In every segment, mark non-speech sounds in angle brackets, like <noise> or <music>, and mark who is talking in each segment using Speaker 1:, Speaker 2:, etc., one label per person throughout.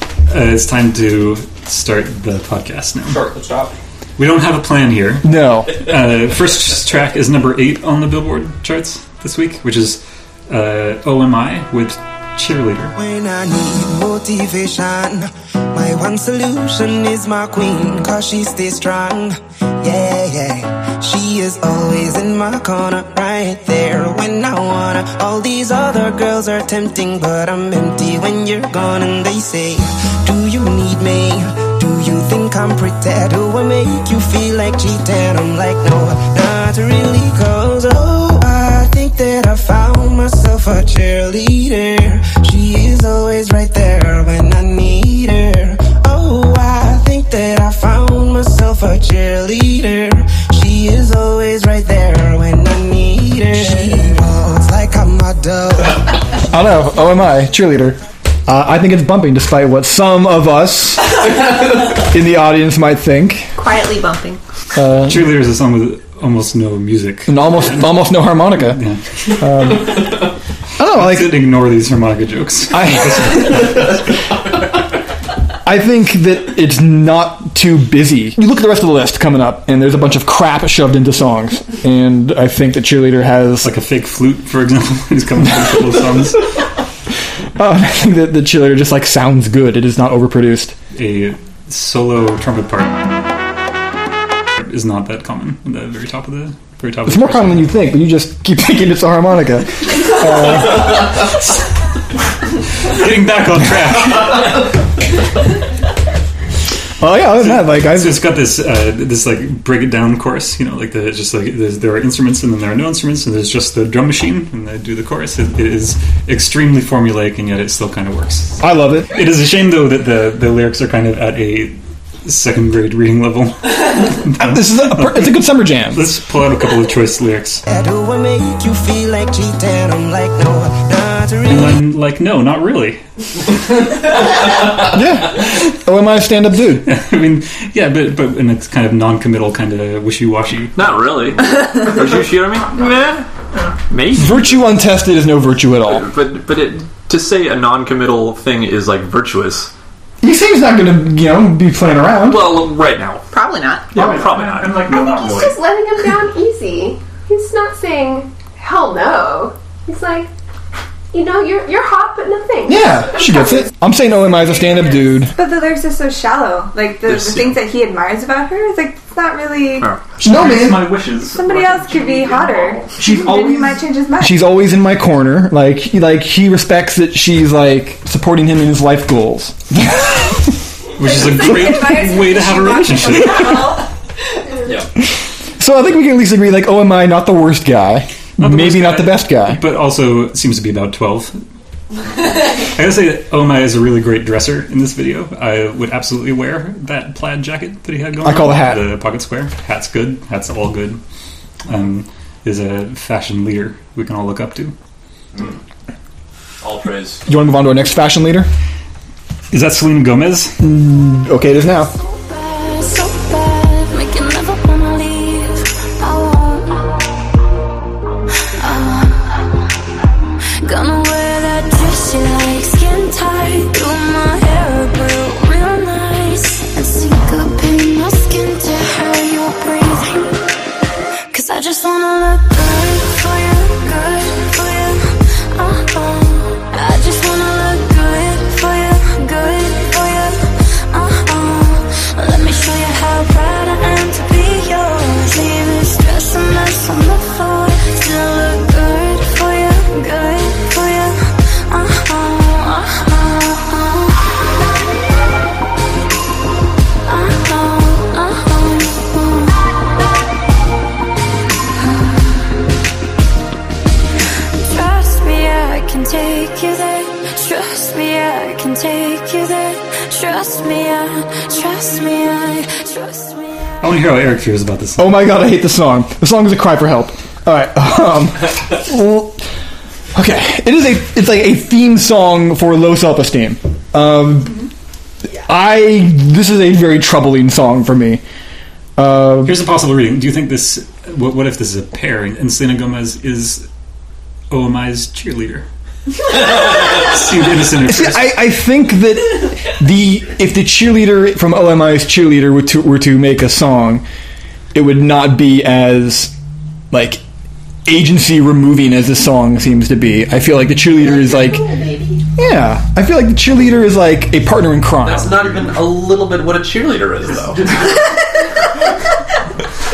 Speaker 1: uh, it's time to start the podcast now.
Speaker 2: Start the top.
Speaker 1: We don't have a plan here.
Speaker 3: No.
Speaker 1: Uh, first track is number eight on the Billboard charts this week, which is uh, OMI with Cheerleader.
Speaker 4: When I need motivation, my one solution is my queen, cause she stays strong. Yeah, yeah. She is always in my corner, right there when I wanna. All these other girls are tempting, but I'm empty when you're gone. And they say, Do you need me? Do you think I'm pretend? Do I make you feel like cheating? I'm like, No, not really, cause oh, I think that I found myself a cheerleader. She is always right there when I need her. Oh, I think that I found myself a cheerleader. She is always right there when I need her. She walks like a model.
Speaker 3: I don't know. OMI, cheerleader. Uh, I think it's bumping, despite what some of us in the audience might think.
Speaker 5: Quietly bumping.
Speaker 1: Cheerleader is a song with almost no music.
Speaker 3: And almost, almost no harmonica. Um,
Speaker 1: Yeah.
Speaker 3: Oh,
Speaker 1: I
Speaker 3: like
Speaker 1: could ignore these harmonica jokes.
Speaker 3: I, <laughs> I think that it's not too busy. You look at the rest of the list coming up, and there's a bunch of crap shoved into songs. And I think that cheerleader has
Speaker 1: Like a fake flute, for example, <laughs> is coming from a couple of songs.
Speaker 3: Oh, <laughs> I think that the cheerleader just like sounds good. It is not overproduced.
Speaker 1: A solo trumpet part is not that common. At the very top of the very top.
Speaker 3: It's
Speaker 1: of the
Speaker 3: more common than you think, but you just keep <laughs> thinking it's a harmonica.
Speaker 1: Getting back on track.
Speaker 3: Oh yeah, other than that, like I
Speaker 1: So it's got this uh, this like break it down chorus, you know, like the just like there's, there are instruments and then there are no instruments and there's just the drum machine and they do the chorus. It, it is extremely formulaic and yet it still kind of works.
Speaker 3: I love it.
Speaker 1: It is a shame though that the the lyrics are kind of at a second grade reading level. <laughs>
Speaker 3: This is a, per- it's a good summer jam.
Speaker 1: Let's pull out a couple of choice lyrics.
Speaker 4: Yeah, do I make you feel like cheating? I'm like, no, not
Speaker 1: And
Speaker 4: really.
Speaker 1: I'm like, no, not really. <laughs>
Speaker 3: Yeah. Oh, am I a stand-up dude?
Speaker 1: I mean, yeah, but but in a kind of non-committal kind of wishy-washy.
Speaker 2: Not
Speaker 5: <laughs>
Speaker 2: really. Are you shooting me? Meh. Maybe.
Speaker 3: Virtue untested is no virtue at all.
Speaker 2: But but it, to say a non-committal thing is like virtuous.
Speaker 3: He seems not going to, you know, be playing around.
Speaker 2: Well, right now,
Speaker 5: Probably not.
Speaker 2: probably, probably not.
Speaker 6: I'm like, no, not
Speaker 7: He's
Speaker 6: really.
Speaker 7: just letting him down easy. He's not saying hell no. He's like, you know, you're you're hot, but no thanks.
Speaker 3: yeah, she gets it. I'm saying oh, OMI is a stand-up dude.
Speaker 5: But the lyrics are so shallow. Like the, the
Speaker 2: There's-
Speaker 5: things that he admires about her, it's like it's not really.
Speaker 2: No.
Speaker 3: No
Speaker 6: It's
Speaker 3: man.
Speaker 6: my wishes.
Speaker 5: Somebody
Speaker 6: Like,
Speaker 5: else could be hotter.
Speaker 3: She's
Speaker 5: Maybe he
Speaker 3: always
Speaker 5: might change his mind.
Speaker 3: she's always in my corner. Like he, like he respects that she's like supporting him in his life goals.
Speaker 1: which is a great way to have a relationship.
Speaker 3: So I think we can at least agree, like, oh, am I not the worst guy?
Speaker 1: the
Speaker 3: Maybe
Speaker 1: worst
Speaker 3: not
Speaker 1: guy.
Speaker 3: the best guy.
Speaker 1: but also seems to be about 12. I gotta say that Omai is a really great dresser in this video. I would absolutely wear that plaid jacket that he had going
Speaker 3: I call
Speaker 1: on,
Speaker 3: the hat.
Speaker 1: The pocket square. Hat's good. Hat's all good. Um, is a fashion leader we can all look up to.
Speaker 2: All praise.
Speaker 3: You want to move on to our next fashion leader?
Speaker 1: Is that Selena Gomez?
Speaker 3: Okay, it is now.
Speaker 8: bad, so bad, make you never wanna leave. I won't. Uh, gonna wear that dress you like, skin tight, do my hair up real, real nice, and sink up in your skin to how you're breathing. Cause I just wanna look good for you, good for you. Uh uh. I just wanna look good for you, good for you. Uh uh. Let me show you how proud I am to be yours. Leave this dress a mess on the floor. Still look good for you, good for you. Uh uh. Uh uh. Uh uh. Uh uh. Trust me, I can take you there. Trust me, I can take you there. Trust me, I, trust me, I, trust me. I.
Speaker 1: I want to hear how Eric feels about this.
Speaker 3: Oh my god, I hate this song. The song is a cry for help. All right. <laughs> Um, well, okay, it is a it's like a theme song for low self esteem. Um, I this is a very troubling song for me. Uh,
Speaker 1: Here's a possible reading. Do you think this? What, what if this is a pair and Selena Gomez is Omai's cheerleader? Seemed innocent. at
Speaker 3: See,
Speaker 1: first.
Speaker 3: I, I think that the if the cheerleader from LMI's cheerleader were to were to make a song, it would not be as like agency removing as the song seems to be. I feel like the cheerleader is like, yeah, I feel like the cheerleader is like a partner in crime.
Speaker 6: That's not even a little bit what a cheerleader is, though.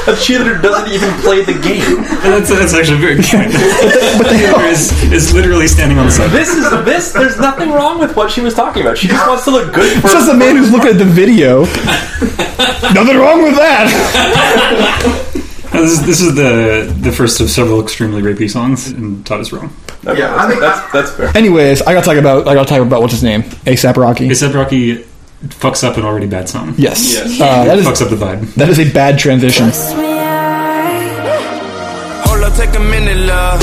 Speaker 6: a cheerleader doesn't even play the game.
Speaker 1: that's, that's actually a very good
Speaker 3: <laughs>
Speaker 1: point. Taylor <laughs> is, is literally standing on the side.
Speaker 6: This is this. There's nothing wrong with what she was talking about. She just wants to look good for.
Speaker 3: It's <laughs> just the man who's looking at the video. Nothing wrong with that.
Speaker 1: Now, This is, this is the the first of several extremely rapey songs, and Todd is wrong.
Speaker 6: Okay,
Speaker 9: Yeah, I think-
Speaker 6: that's that's fair.
Speaker 3: Anyways, I gotta talk about I gotta talk about what's his name, ASAP Rocky.
Speaker 1: Except Rocky fucks up an already bad song.
Speaker 3: yes,
Speaker 6: Yes.
Speaker 3: Uh, that
Speaker 1: fucks
Speaker 3: is
Speaker 1: up the vibe.
Speaker 3: that is a bad transition.
Speaker 4: Hold up, take a minute, love.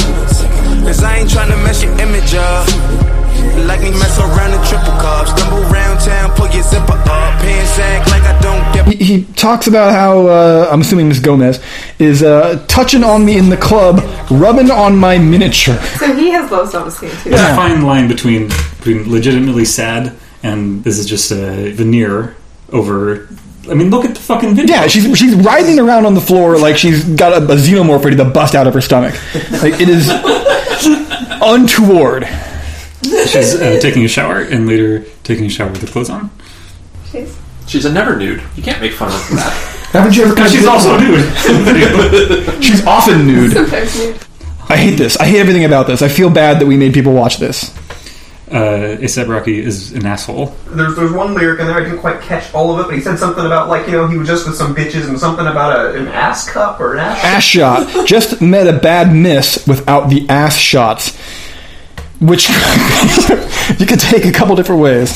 Speaker 4: Cause I ain't tryna mess your image up. Like me mess around in triple cups. Stumble round town, pull your zipper up. Pants sag like I don't get
Speaker 3: he he talks about how uh, I'm assuming Miss Gomez is uh, touching on me in the club, rubbing on my miniature.
Speaker 5: So he has low self esteem too.
Speaker 1: There's a fine line between between legitimately sad and this is just a veneer over. I mean, look at the fucking video.
Speaker 3: Yeah, she's she's writhing around on the floor like she's got a, a xenomorph ready to bust out of her stomach. Like it is untoward.
Speaker 1: She's uh, taking a shower and later taking a shower with her clothes on.
Speaker 6: She's a never nude. You can't make fun of her for that.
Speaker 3: Haven't you ever?
Speaker 1: She's also <laughs> a dude.
Speaker 3: she's often nude. I hate this. I hate everything about this. I feel bad that we made people watch this.
Speaker 1: Uh, ASAP Rocky is an asshole.
Speaker 9: There's there's one lyric in there I didn't quite catch all of it, but he said something about like you know he was just with some bitches and something about a, an ass cup or an ass.
Speaker 3: ass shot. Just met a bad miss without the ass shots, which <laughs> you could take a couple different ways.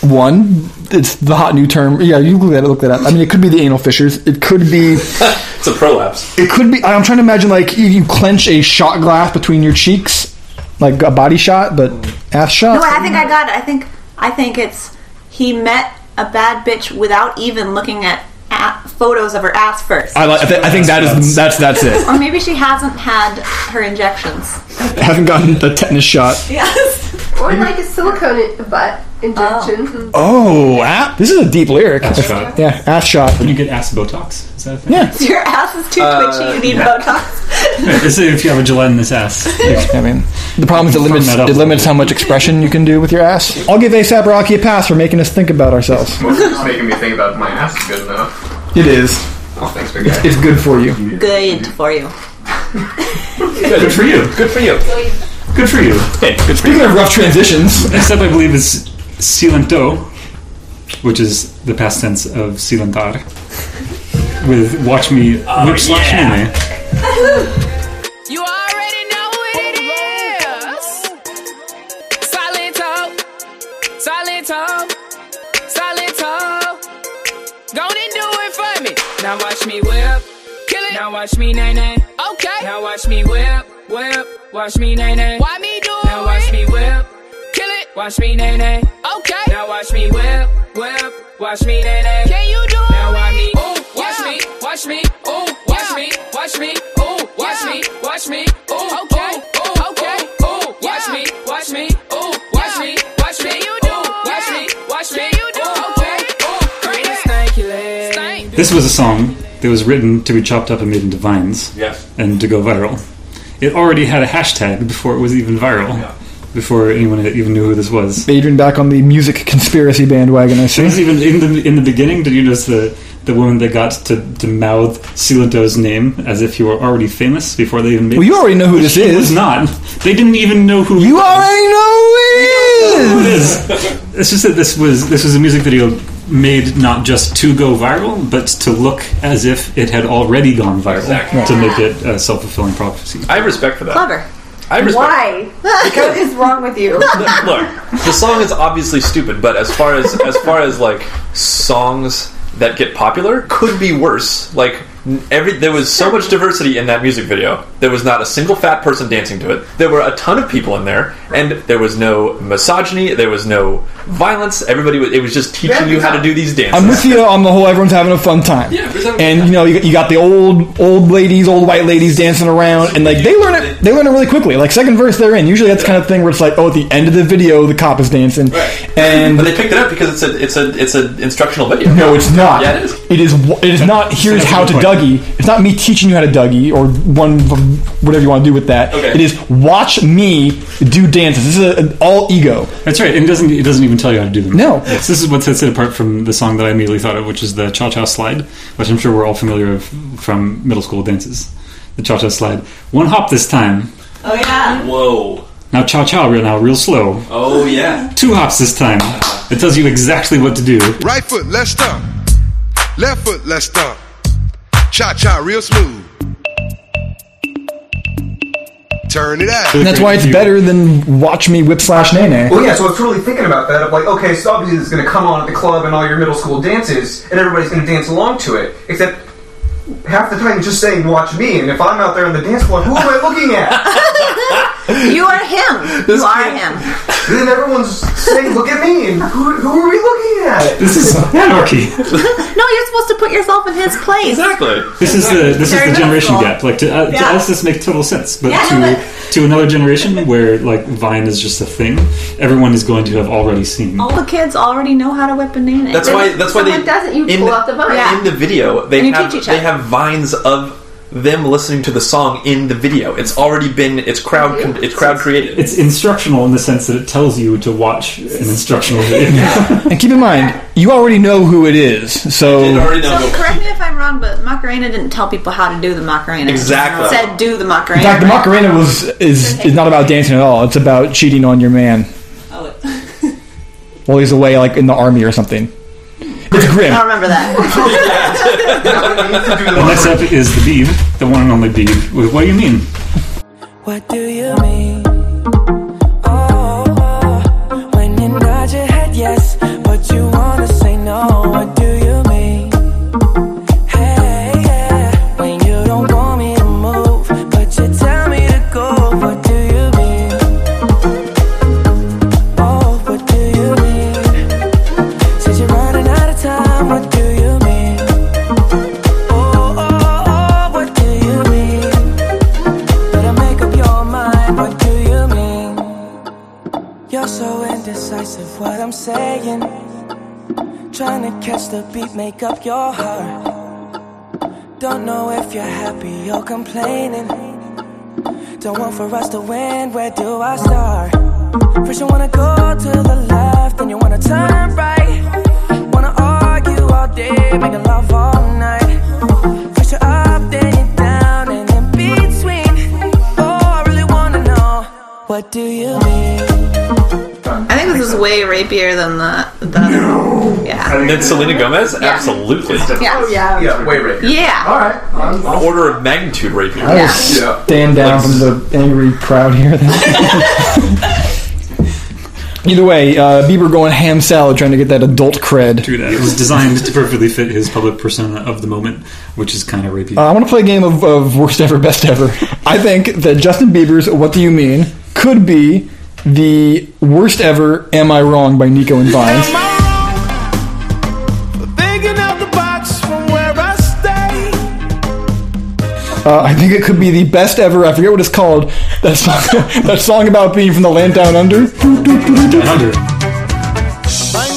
Speaker 3: One, it's the hot new term. Yeah, you look that look that up. I mean, it could be the anal fissures. It could be.
Speaker 6: It's a prolapse.
Speaker 3: It could be. I'm trying to imagine like you, you clench a shot glass between your cheeks, like a body shot, but ass
Speaker 10: No,
Speaker 3: shot.
Speaker 10: I think I got it. I think I think it's he met a bad bitch without even looking at, at photos of her ass first.
Speaker 3: I, like, I, thi- I think that is that's that's it.
Speaker 10: or maybe she hasn't had her injections.
Speaker 3: haven't gotten the tetanus shot.
Speaker 10: Yes.
Speaker 7: Or like a silicone in- butt injection.
Speaker 3: Oh, ah, this is a deep lyric.
Speaker 1: Ass shot.
Speaker 3: Yeah, ass shot.
Speaker 1: When you get ass Botox, is that a thing?
Speaker 3: Yeah.
Speaker 10: <laughs> Your ass is too twitchy. You need Botox.
Speaker 1: <laughs> They say if you have a gelatinous ass,
Speaker 3: I mean, the problem is it limits
Speaker 1: that up
Speaker 3: it
Speaker 1: a
Speaker 3: limits how much expression you can do with your ass. I'll give ASAP Rocky a pass for making us think about ourselves.
Speaker 9: It's making me think about my ass is good enough.
Speaker 3: It is.
Speaker 9: Oh, thanks, big guy.
Speaker 3: It's good for you.
Speaker 10: Good for you.
Speaker 1: good for you.
Speaker 6: Good for you.
Speaker 1: Good for you.
Speaker 6: Hey, good for you.
Speaker 3: Speaking of rough transitions,
Speaker 1: Except I believe it's silento, which is the past tense of silentar. With watch me,
Speaker 6: Oh,
Speaker 1: which slash anime.
Speaker 11: You already know what it is. Silent talk, silent talk, silent talk. Go and do it for me. Now watch me whip, kill it. Now watch me nay nay. Okay. Now watch me whip, whip. Watch me nay nay. Why me do now it? Now watch me whip, kill it. Watch me nay nay. Okay. Now watch me whip, whip. Watch me nay nay. Can you do it? Now watch me. Ooh, watch me, watch me. Ooh, watch me, watch me. Ooh, watch me, watch me. Ooh, okay, ooh, okay. Ooh, watch me, watch me. Ooh, watch me, watch me. You do watch me, watch me. You do okay. Ooh, bring it. Stank your leg. Stank.
Speaker 1: This was a song that was written to be chopped up and made into vines
Speaker 6: Yes.
Speaker 1: and to go viral. It already had a hashtag before it was even viral, before anyone even knew who this was.
Speaker 3: Adrian back on the music conspiracy bandwagon. I
Speaker 1: It was
Speaker 3: see.
Speaker 1: even in the in the beginning. Did you notice the the woman that got to, to mouth Silento's name as if he were already famous before they even made?
Speaker 3: Well, you already know who this
Speaker 1: It was
Speaker 3: is.
Speaker 1: not. They didn't even know who
Speaker 3: You already know who
Speaker 1: it
Speaker 3: it is.
Speaker 1: is. It's just that this was this was a music video made not just to go viral, but to look as if it had already gone viral
Speaker 6: Exactly.
Speaker 1: to make it a self fulfilling prophecy.
Speaker 6: I have respect for that.
Speaker 10: Clever.
Speaker 6: I respect.
Speaker 5: Why? what is wrong with you?
Speaker 6: Look, the song is obviously stupid, but as far as as far as like songs that get popular, could be worse. Like n- every there was so much diversity in that music video. There was not a single fat person dancing to it. There were a ton of people in there, and there was no misogyny. There was no violence. Everybody was. It was just teaching you how to do these dances.
Speaker 3: I'm with you on the whole. Everyone's having a fun time.
Speaker 6: Yeah, everyone's having a good
Speaker 3: and
Speaker 6: time.
Speaker 3: you know you, you got the old old ladies, old white ladies dancing around, and like they learn it. it. They learn it really quickly. Like second verse, they're in. Usually, that's the kind of thing where it's like, oh, at the end of the video, the cop is dancing, and
Speaker 6: but they picked it up because it's a it's a it's an instructional video.
Speaker 3: No, it's not.
Speaker 6: Yeah, it is.
Speaker 3: It is. w- It is not. Here's
Speaker 6: that's a
Speaker 3: how to
Speaker 6: good point.
Speaker 3: Dougie. It's not me teaching you how to Dougie or one whatever you want to do with that.
Speaker 1: Okay.
Speaker 3: It is watch me do dances. This is a, an all ego.
Speaker 1: That's right. It doesn't. It doesn't even tell you how to do them.
Speaker 3: No.
Speaker 1: Yes, this is what sets it apart from the song that I immediately thought of, which is the cha cha slide, which I'm sure we're all familiar of from middle school dances. The cha cha slide. One hop this time.
Speaker 10: Oh yeah.
Speaker 6: Whoa.
Speaker 1: Now cha cha. Real now, real slow.
Speaker 6: Oh yeah.
Speaker 1: Two hops this time. It tells you exactly what to do.
Speaker 12: Right foot, let's stomp. Left foot, let's stomp. Cha cha, real smooth. Turn it out.
Speaker 3: And that's why it's better than watch me whip slash nay nay.
Speaker 9: Well, yeah, so I was really thinking about that. Of like, okay, so obviously it's going to come on at the club and all your middle school dances, and everybody's going to dance along to it. Except half the time, you're just saying "watch me," and if I'm out there on the dance floor, who am I looking at? <laughs>
Speaker 10: You are him. you are him.
Speaker 9: then everyone's saying, "Look at me," and who, who are we looking at?
Speaker 1: This is <laughs>
Speaker 10: No,
Speaker 1: anarchy.
Speaker 10: you're supposed to put yourself in his place.
Speaker 6: Exactly.
Speaker 1: This is the this
Speaker 10: Very
Speaker 1: is the generation
Speaker 10: noticeable.
Speaker 1: gap. Like to, uh, to
Speaker 10: Yeah.
Speaker 1: us, this makes total sense. But
Speaker 10: Yeah,
Speaker 1: to
Speaker 10: no,
Speaker 1: to another generation where like Vine is just a thing, everyone is going to have already seen.
Speaker 10: All the kids already know how to whip a name.
Speaker 6: That's why. That's why they in the-
Speaker 10: Yeah.
Speaker 6: in the video.
Speaker 10: And
Speaker 6: They
Speaker 10: you
Speaker 6: have
Speaker 10: teach each
Speaker 6: they
Speaker 10: other.
Speaker 6: have vines of them listening to the song in the video. It's already been it's crowd con- it's crowd created.
Speaker 1: It's instructional in the sense that it tells you to watch an instructional
Speaker 10: <laughs>
Speaker 1: video.
Speaker 3: And keep in mind, you already know who it is. So
Speaker 10: So correct me if I'm wrong, but Macarena didn't tell people how to do the Macarena.
Speaker 3: Exactly.
Speaker 10: It said do the
Speaker 3: in
Speaker 10: Macarena.
Speaker 3: fact, the Macarena was is is not about dancing at all. It's about cheating on your man <laughs> while he's away, like in the army or something. It's
Speaker 10: I
Speaker 3: grim.
Speaker 10: don't remember that.
Speaker 1: Well, next up is the Beeb, the one and only Beeb. With what do you mean?
Speaker 13: What do you mean? Oh, when you nod your head yes, but you wanna say no. What do you mean? Hey, yeah. When you don't want me to move, but you tell me to go. What do you mean? Oh, what do you mean? Since you're running out of time, what do you mean? Oh, oh, oh, what do you mean? Better make up your mind, what do you mean? You're so indecisive, what I'm saying. Trying to catch the beat, make up your heart. Don't know if you're happy or complaining. Don't want for us to win, where do I start? First, you wanna go to the left, then you wanna turn right. Wanna argue all day, make love all night. First, you're up, then you're down, and in between. Oh, I really wanna know what do you mean?
Speaker 10: I think this is way rapier than the the. Yeah.
Speaker 6: And then Selena Gomez, absolutely.
Speaker 10: Yeah. Oh, yeah.
Speaker 9: Yeah, way right.
Speaker 10: Yeah. All
Speaker 9: right.
Speaker 6: An order of magnitude right here.
Speaker 3: I will stand down from the angry crowd here. <laughs> Either way, uh, Bieber going ham salad trying to get that adult cred.
Speaker 1: True that. It was designed to perfectly fit his public persona of the moment, which is kind of rapey.
Speaker 3: Uh, I want to play a game of, of worst ever, best ever. I think that Justin Bieber's "What Do You Mean" could be the worst ever "Am I Wrong" by Nico and Vines.
Speaker 13: Thinking out the box from where I stay.
Speaker 3: Uh, I think it could be the best ever. I forget what it's called. That song, <laughs> that song about being from the land down under.
Speaker 13: Buying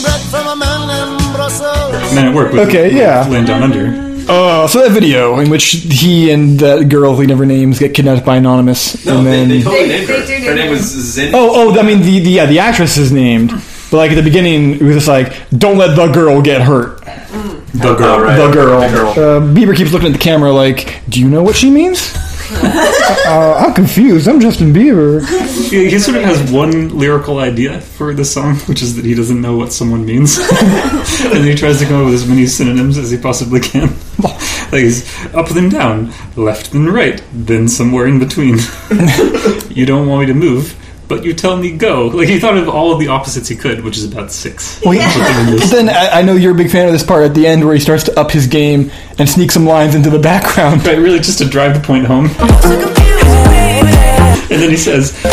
Speaker 13: bread from a man in Brussels.
Speaker 1: Man at work with
Speaker 3: Okay, yeah.
Speaker 1: Land Down Under.
Speaker 3: Uh, so that video in which he and that girl he never names get kidnapped by anonymous, and then
Speaker 6: named her. Her name was Zen.
Speaker 3: oh oh, I mean the the yeah, the actress is named, but like at the beginning it was just like don't let the girl get hurt.
Speaker 1: The girl,
Speaker 3: The girl. Uh, Bieber keeps looking at the camera like, do you know what she means? uh, I'm confused. I'm Justin Bieber.
Speaker 1: He, he sort of has one lyrical idea for the song, which is that he doesn't know what someone means, <laughs> and he tries to come up with as many synonyms as he possibly can. <laughs> like he's up then down, left then right, then somewhere in between. <laughs> you don't want me to move, but you tell me go. Like he thought of all of the opposites he could, which is about six.
Speaker 3: Well, he- but <laughs> then I, I know you're a big fan of this part at the end where he starts to up his game and sneak some lines into
Speaker 1: <laughs>
Speaker 3: the background.
Speaker 1: Right, really, just to drive the point home. And then he says,
Speaker 3: All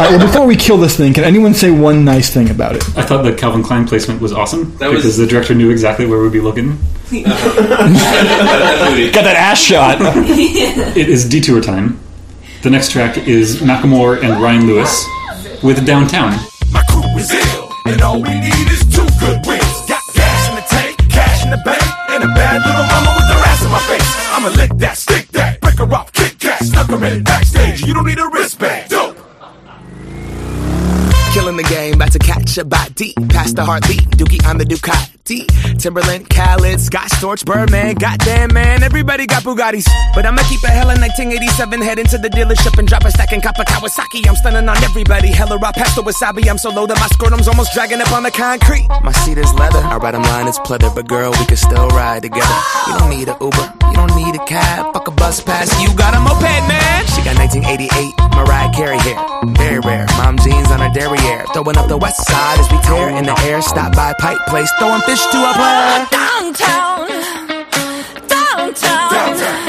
Speaker 3: right, well, before we kill this thing, can anyone say one nice thing about it?
Speaker 1: I thought the Calvin Klein placement was awesome
Speaker 3: That was-
Speaker 1: because the director knew exactly where we'd be looking.
Speaker 3: Got that ass shot.
Speaker 1: it is detour time. The next track is Macklemore and Ryan Lewis with Downtown.
Speaker 14: is ill, and all we need is two good wheels. Got gas in the tank, cash in the bank, and a bad little mama with her ass in my face. I'ma lick that, stick that, break her off, kick that, snuck her in backstage. You don't need a wristband, dope.
Speaker 15: Killing the game, about to catch a body. Past the heartbeat, Dookie, I'm the Ducati. Timberland, Khaled, Scott Storch, Birdman, goddamn man, everybody got Bugattis. But I'ma keep a hella 1987, head into the dealership and drop a stack and cop a Kawasaki. I'm stunning on everybody, hella raw past the wasabi. I'm so low that my scrotum's almost dragging up on the concrete.
Speaker 16: My seat is leather. I ride them line, it's pleather. But girl, we can still ride together. You don't need a Uber, you don't need a cab. Fuck a bus pass, you got a moped, man. She got 1988 Mariah Carey hair. Very rare. Mom jeans on her derriere. Throwing up the west side as we tear in the air. Stop by Pike Place, throwing fish to our player.
Speaker 8: Downtown, downtown, downtown,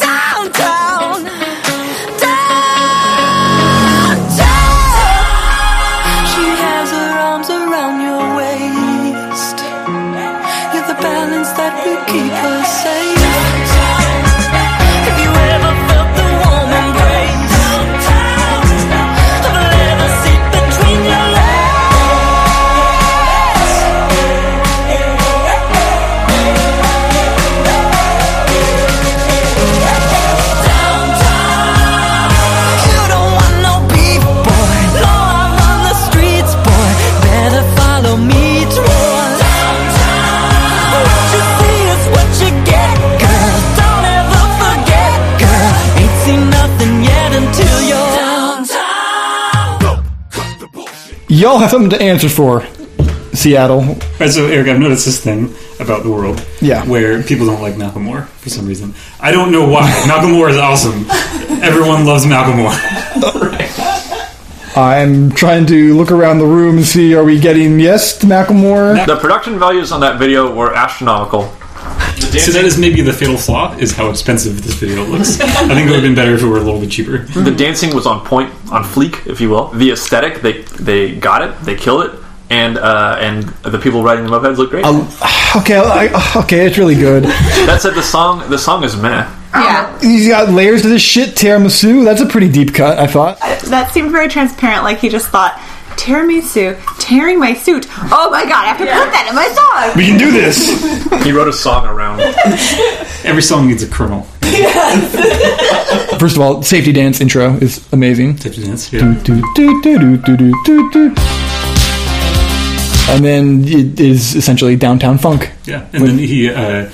Speaker 8: downtown. She has her arms around your waist. You're the balance that will keep her safe. Have you ever felt the warm embrace? Of a leather seat between your legs. You don't want no beef, boy. No, I run the streets, boy. Better follow me towards What you see is what you get, girl. Don't ever forget, girl. Ain't seen nothing yet until you're
Speaker 3: Y'all have something to answer for, Seattle.
Speaker 1: All right, so Eric, I've noticed this thing about the world,
Speaker 3: Yeah.
Speaker 1: where people don't like Macklemore for some reason. I don't know why. Macklemore is awesome. Everyone loves Macklemore.
Speaker 3: I'm Uh, trying to look around the room and see are we getting yes to Macklemore?
Speaker 6: The production values on that video were astronomical.
Speaker 1: So that is maybe the fatal flaw: is how expensive this video looks. I think it would have been better if it were a little bit cheaper.
Speaker 6: The dancing was on point, on fleek, if you will. The aesthetic, they they got it, they killed it, and uh, and the people riding the mopeds look great.
Speaker 3: <sighs> Okay, I, <sighs> okay, it's really good.
Speaker 6: that said, the song the song is meh.
Speaker 10: Yeah.
Speaker 3: He's got layers to this shit. Tiramisu. That's a pretty deep cut. I thought.
Speaker 10: That seemed very transparent, like he just thought, tiramisu, tearing my suit. Oh my god, I have to put that in my song!
Speaker 1: We can do this.
Speaker 6: he wrote a song around.
Speaker 1: Every song needs a kernel.
Speaker 3: First of all, safety dance intro is amazing.
Speaker 1: Safety dance.
Speaker 3: Mm. And then it is essentially downtown funk.
Speaker 1: Yeah, and then he uh,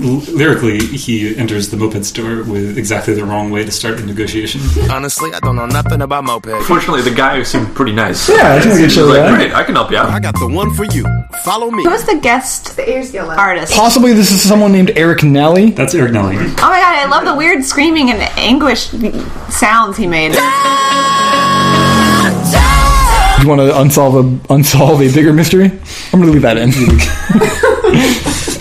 Speaker 1: l- lyrically he enters the moped store with exactly the wrong way to start the negotiation.
Speaker 16: Honestly, I don't know nothing about mopeds.
Speaker 6: Fortunately, the guy seemed pretty nice.
Speaker 1: Yeah, I think we can show
Speaker 6: He's like,
Speaker 1: that.
Speaker 6: Great, I can help you out. I got the one for you.
Speaker 16: Follow me.
Speaker 10: Who was the guest the artist?
Speaker 3: Possibly this is someone named Eric Nelly.
Speaker 1: That's Eric Nelly.
Speaker 10: Oh my god, I love the weird screaming and anguish sounds he made.
Speaker 3: You want to unsolve a unsolve a bigger mystery? I'm going to leave that in.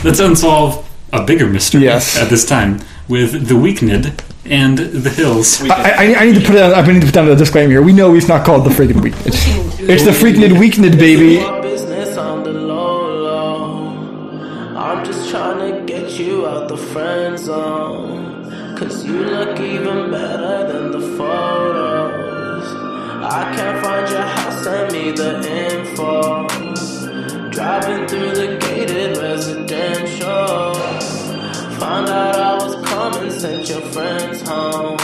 Speaker 1: Let's unsolve a bigger mystery at this time with the Weeknid and the Hills.
Speaker 3: I, I, I need to put it. On, I need to put down a disclaimer here. We know it's not called the freaking weekend. It's the freaking weekend, baby.
Speaker 17: business on the low low. I'm just trying to get you out the friend zone. Cause you look even better than the photos. I can't find your house, send me the info. Driving through the gated residential. Found out I was coming, sent your friends home.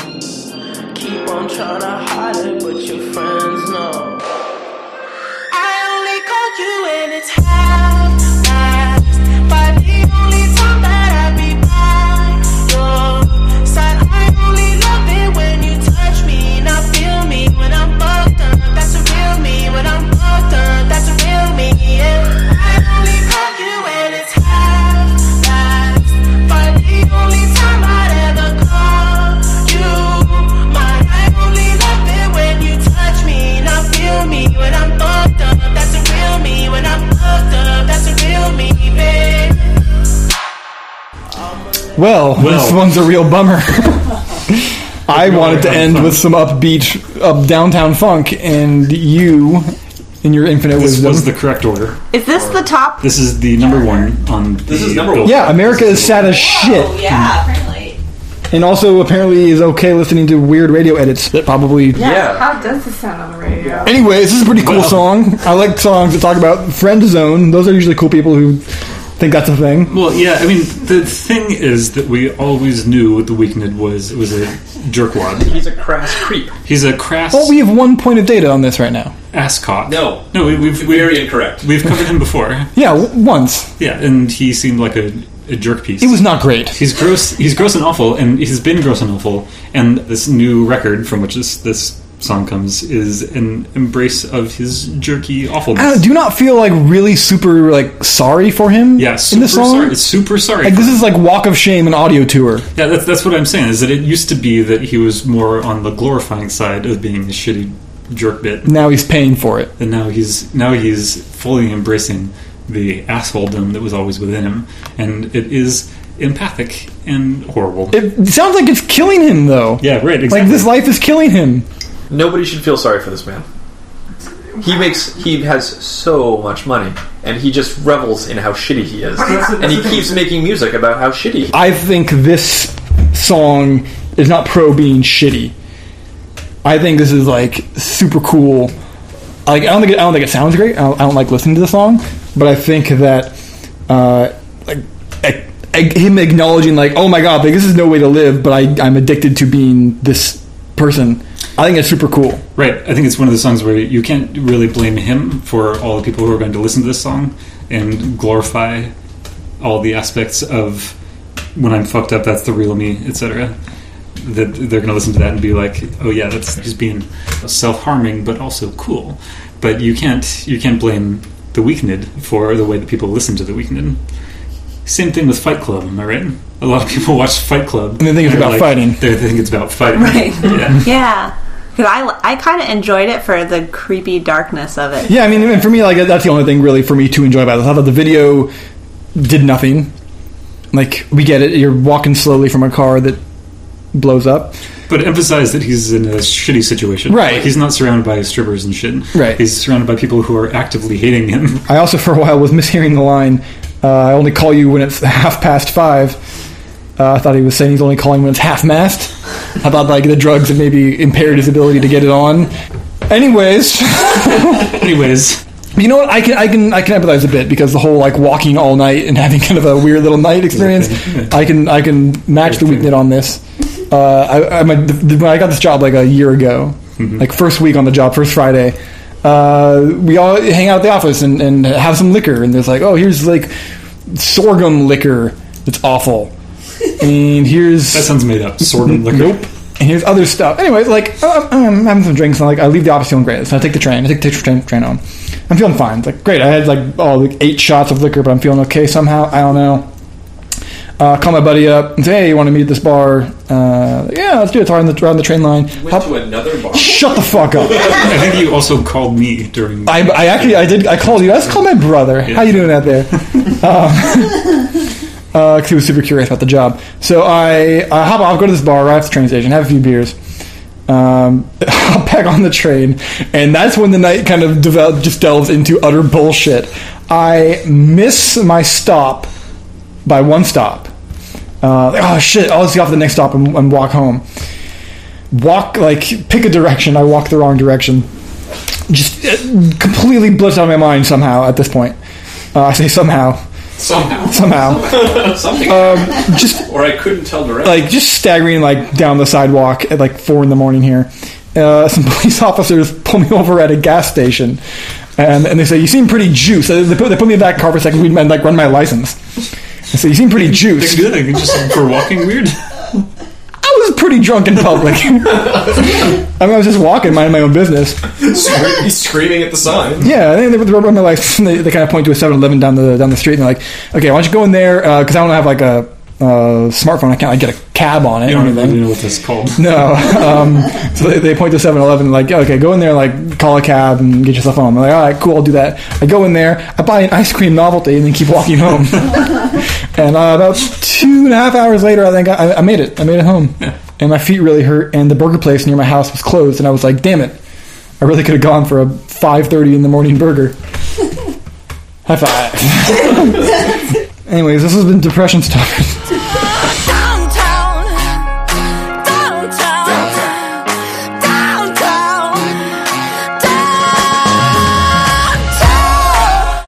Speaker 17: Keep on trying to hide it, but your friends know. I only called you when it's half past. But the only time that I be by your side, I only love it when you touch me. Now feel me when I'm fucked up. That's a real me. When I'm fucked up, that's a real me. Yeah. I only call you when it's half past. But the only time I'd ever call you mine, I only love it when you touch me. Now feel me when I'm fucked up. That's a real me. When I'm fucked up, that's a real me, babe.
Speaker 1: Well.
Speaker 3: Well,
Speaker 1: <laughs>
Speaker 3: this one's a real bummer. I wanted to end with some upbeat, up downtown funk, and you, in your infinite
Speaker 1: This
Speaker 3: wisdom,
Speaker 1: was the correct order.
Speaker 10: Is this the top?
Speaker 1: This is the number one on the. This is number one.
Speaker 3: yeah, America is sad as shit,
Speaker 10: yeah, apparently.
Speaker 3: and also apparently is okay listening to weird radio edits that probably.
Speaker 5: Yeah. How does this sound on the radio?
Speaker 3: Anyways, this is a pretty cool song. I like songs that talk about friend zone. Those are usually cool people who think that's a thing.
Speaker 1: Well, yeah, I mean, the thing is that we always knew what the Weekend was. It was a jerkwad.
Speaker 6: He's a crass creep.
Speaker 1: He's a crass
Speaker 3: Well, we have one point of data on this right now.
Speaker 1: asscock. No, no, we, we've very incorrect. We've covered him before. <laughs>
Speaker 3: Yeah, w- once.
Speaker 1: Yeah, and he seemed like a, a jerk piece.
Speaker 3: It was not great.
Speaker 1: He's gross. He's gross and awful, and he's been gross and awful. And this new record from which this this song comes is an embrace of his jerky awfulness.
Speaker 3: I don't, Uh, Ah, do not feel like really super like sorry for him.
Speaker 1: Yeah,
Speaker 3: in
Speaker 1: super
Speaker 3: the song,
Speaker 1: sorry- super sorry
Speaker 3: Like this
Speaker 1: for
Speaker 3: is like Walk of Shame, an audio tour.
Speaker 1: Yeah, that's that's what I'm saying. Is that it used to be that he was more on the glorifying side of being a shitty jerk bit,
Speaker 3: Now he's paying for it.
Speaker 1: and now he's now he's fully embracing the assholedom that was always within him, and it is empathic and horrible.
Speaker 3: It sounds like it's killing him though.
Speaker 1: Yeah, right. Exactly.
Speaker 3: Like this life is killing him.
Speaker 6: Nobody should feel sorry for this man. He makes he has so much money, and he just revels in how shitty he is, and he keeps making music about how shitty. He
Speaker 3: I think this song is not pro being shitty. I think this is like super cool. Like I don't think it, I don't think it sounds great. I don't, I don't like listening to the song, but I think that uh, like I, I, him acknowledging like, oh my god, like this is no way to live, but I I'm addicted to being this person. I think it's super cool.
Speaker 1: Right. I think it's one of the songs where you can't really blame him for all the people who are going to listen to this song and glorify all the aspects of when I'm fucked up, that's the real me, etc. That they're going to listen to that and be like, "Oh yeah, that's just being self-harming, but also cool." But you can't you can't blame the Weeknd for the way that people listen to the Weeknd. Same thing with Fight Club, am I right? A lot of people watch Fight Club and
Speaker 3: they think it's
Speaker 1: they're
Speaker 3: about fighting.
Speaker 1: They think it's about
Speaker 10: <laughs>
Speaker 1: fighting,
Speaker 10: Right.
Speaker 1: Yeah.
Speaker 10: Yeah. Because I, I kind of enjoyed it for the creepy darkness of it.
Speaker 3: Yeah, I mean, and for me, like that's the only thing really for me to enjoy about this. I thought the video did nothing. Like we get it, you're walking slowly from a car that blows up.
Speaker 1: But emphasize that he's in a shitty situation.
Speaker 3: Right.
Speaker 1: Like, he's not surrounded by strippers and shit.
Speaker 3: Right.
Speaker 1: He's surrounded by people who are actively hating him. <laughs>
Speaker 3: I also <laughs> for a while was mishearing the line. Uh, I only call you when it's <laughs> half past five. Uh, I thought he was saying he's only calling when it's half mast. I thought like the drugs had maybe impaired his ability to get it on. Anyways, <laughs>
Speaker 1: anyways,
Speaker 3: you know what? I can I can I can empathize a bit because the whole like walking all night and <laughs> having kind of a weird little night experience. I can I can match the weekend on this. Uh, I, I'm a, when I got this job like a year ago, like first week on the job, first Friday. Uh, we all hang out at the office and, and have some liquor, and there's like, oh, here's like sorghum liquor. It's awful. And here's that
Speaker 1: sounds made up. Sorghum liquor.
Speaker 3: Nope. And here's other stuff. Anyways, like oh, I'm, I'm having some drinks, and like I leave the office feeling great. So I take the train. I take the train, train home. I'm feeling fine. It's like great. I had like all like eight shots of liquor, but I'm feeling okay somehow. I don't know. Uh, call my buddy up and say, hey, you want to meet at this bar? Uh, yeah, let's do it. It's on the, on the train line.
Speaker 6: went to another bar.
Speaker 3: Shut the fuck up.
Speaker 1: I think you also called me during.
Speaker 3: I, I actually I did I called you. I just called my brother. How you doing out there? Because <laughs> uh, 'cause he was super curious about the job. So I uh, hop off, go to this bar, right at the train station, have a few beers, um, <laughs> hop back on the train, and that's when the night kind of develop, just delves into utter bullshit. I miss my stop by one stop. Uh, like, oh shit! I'll just get off at the next stop and, and walk home. Walk like pick a direction. I walk the wrong direction just uh, completely blitzed out of my mind somehow at this point. Uh, I say somehow.
Speaker 6: Somehow.
Speaker 3: Somehow.
Speaker 6: Something.
Speaker 3: Um, just
Speaker 6: or I couldn't tell direction.
Speaker 3: like just staggering like down the sidewalk at like four in the morning here. Uh, some <laughs> police officers pull me over at a gas station, and, and they say you seem pretty juiced. So they put, they put me in the back car for a second and like run my license. They say you seem pretty
Speaker 1: They
Speaker 3: juiced.
Speaker 1: can do that. They can just for walking weird. <laughs>
Speaker 3: I was pretty drunk
Speaker 18: <laughs>
Speaker 3: in public. I mean, I was just walking, minding my own business.
Speaker 18: Scre- He's screaming at the sign.
Speaker 3: Yeah, and then they put the rubber on my life. <laughs> They, they kind of point to a 7-Eleven down the down the street, and they're like, "Okay, why don't you go in there? Because I don't have like a uh, smartphone. I can't like, get a cab on it
Speaker 1: I
Speaker 3: or
Speaker 1: don't
Speaker 3: anything."
Speaker 1: even know what this is called.
Speaker 3: No. Um, so they, they point to 7 Eleven, like, okay, go in there, like, call a cab and get yourself home. I'm like, all right, cool, I'll do that. I go in there, I buy an ice cream novelty, and then keep walking home. and uh, about two and a half hours later, I think I, I made it. I made it home. and my feet really hurt, and the burger place near my house was closed, and I was like, damn it, I really could have gone for a 5:30 in the morning burger. <laughs> High five. Anyways, this has been depression stuff.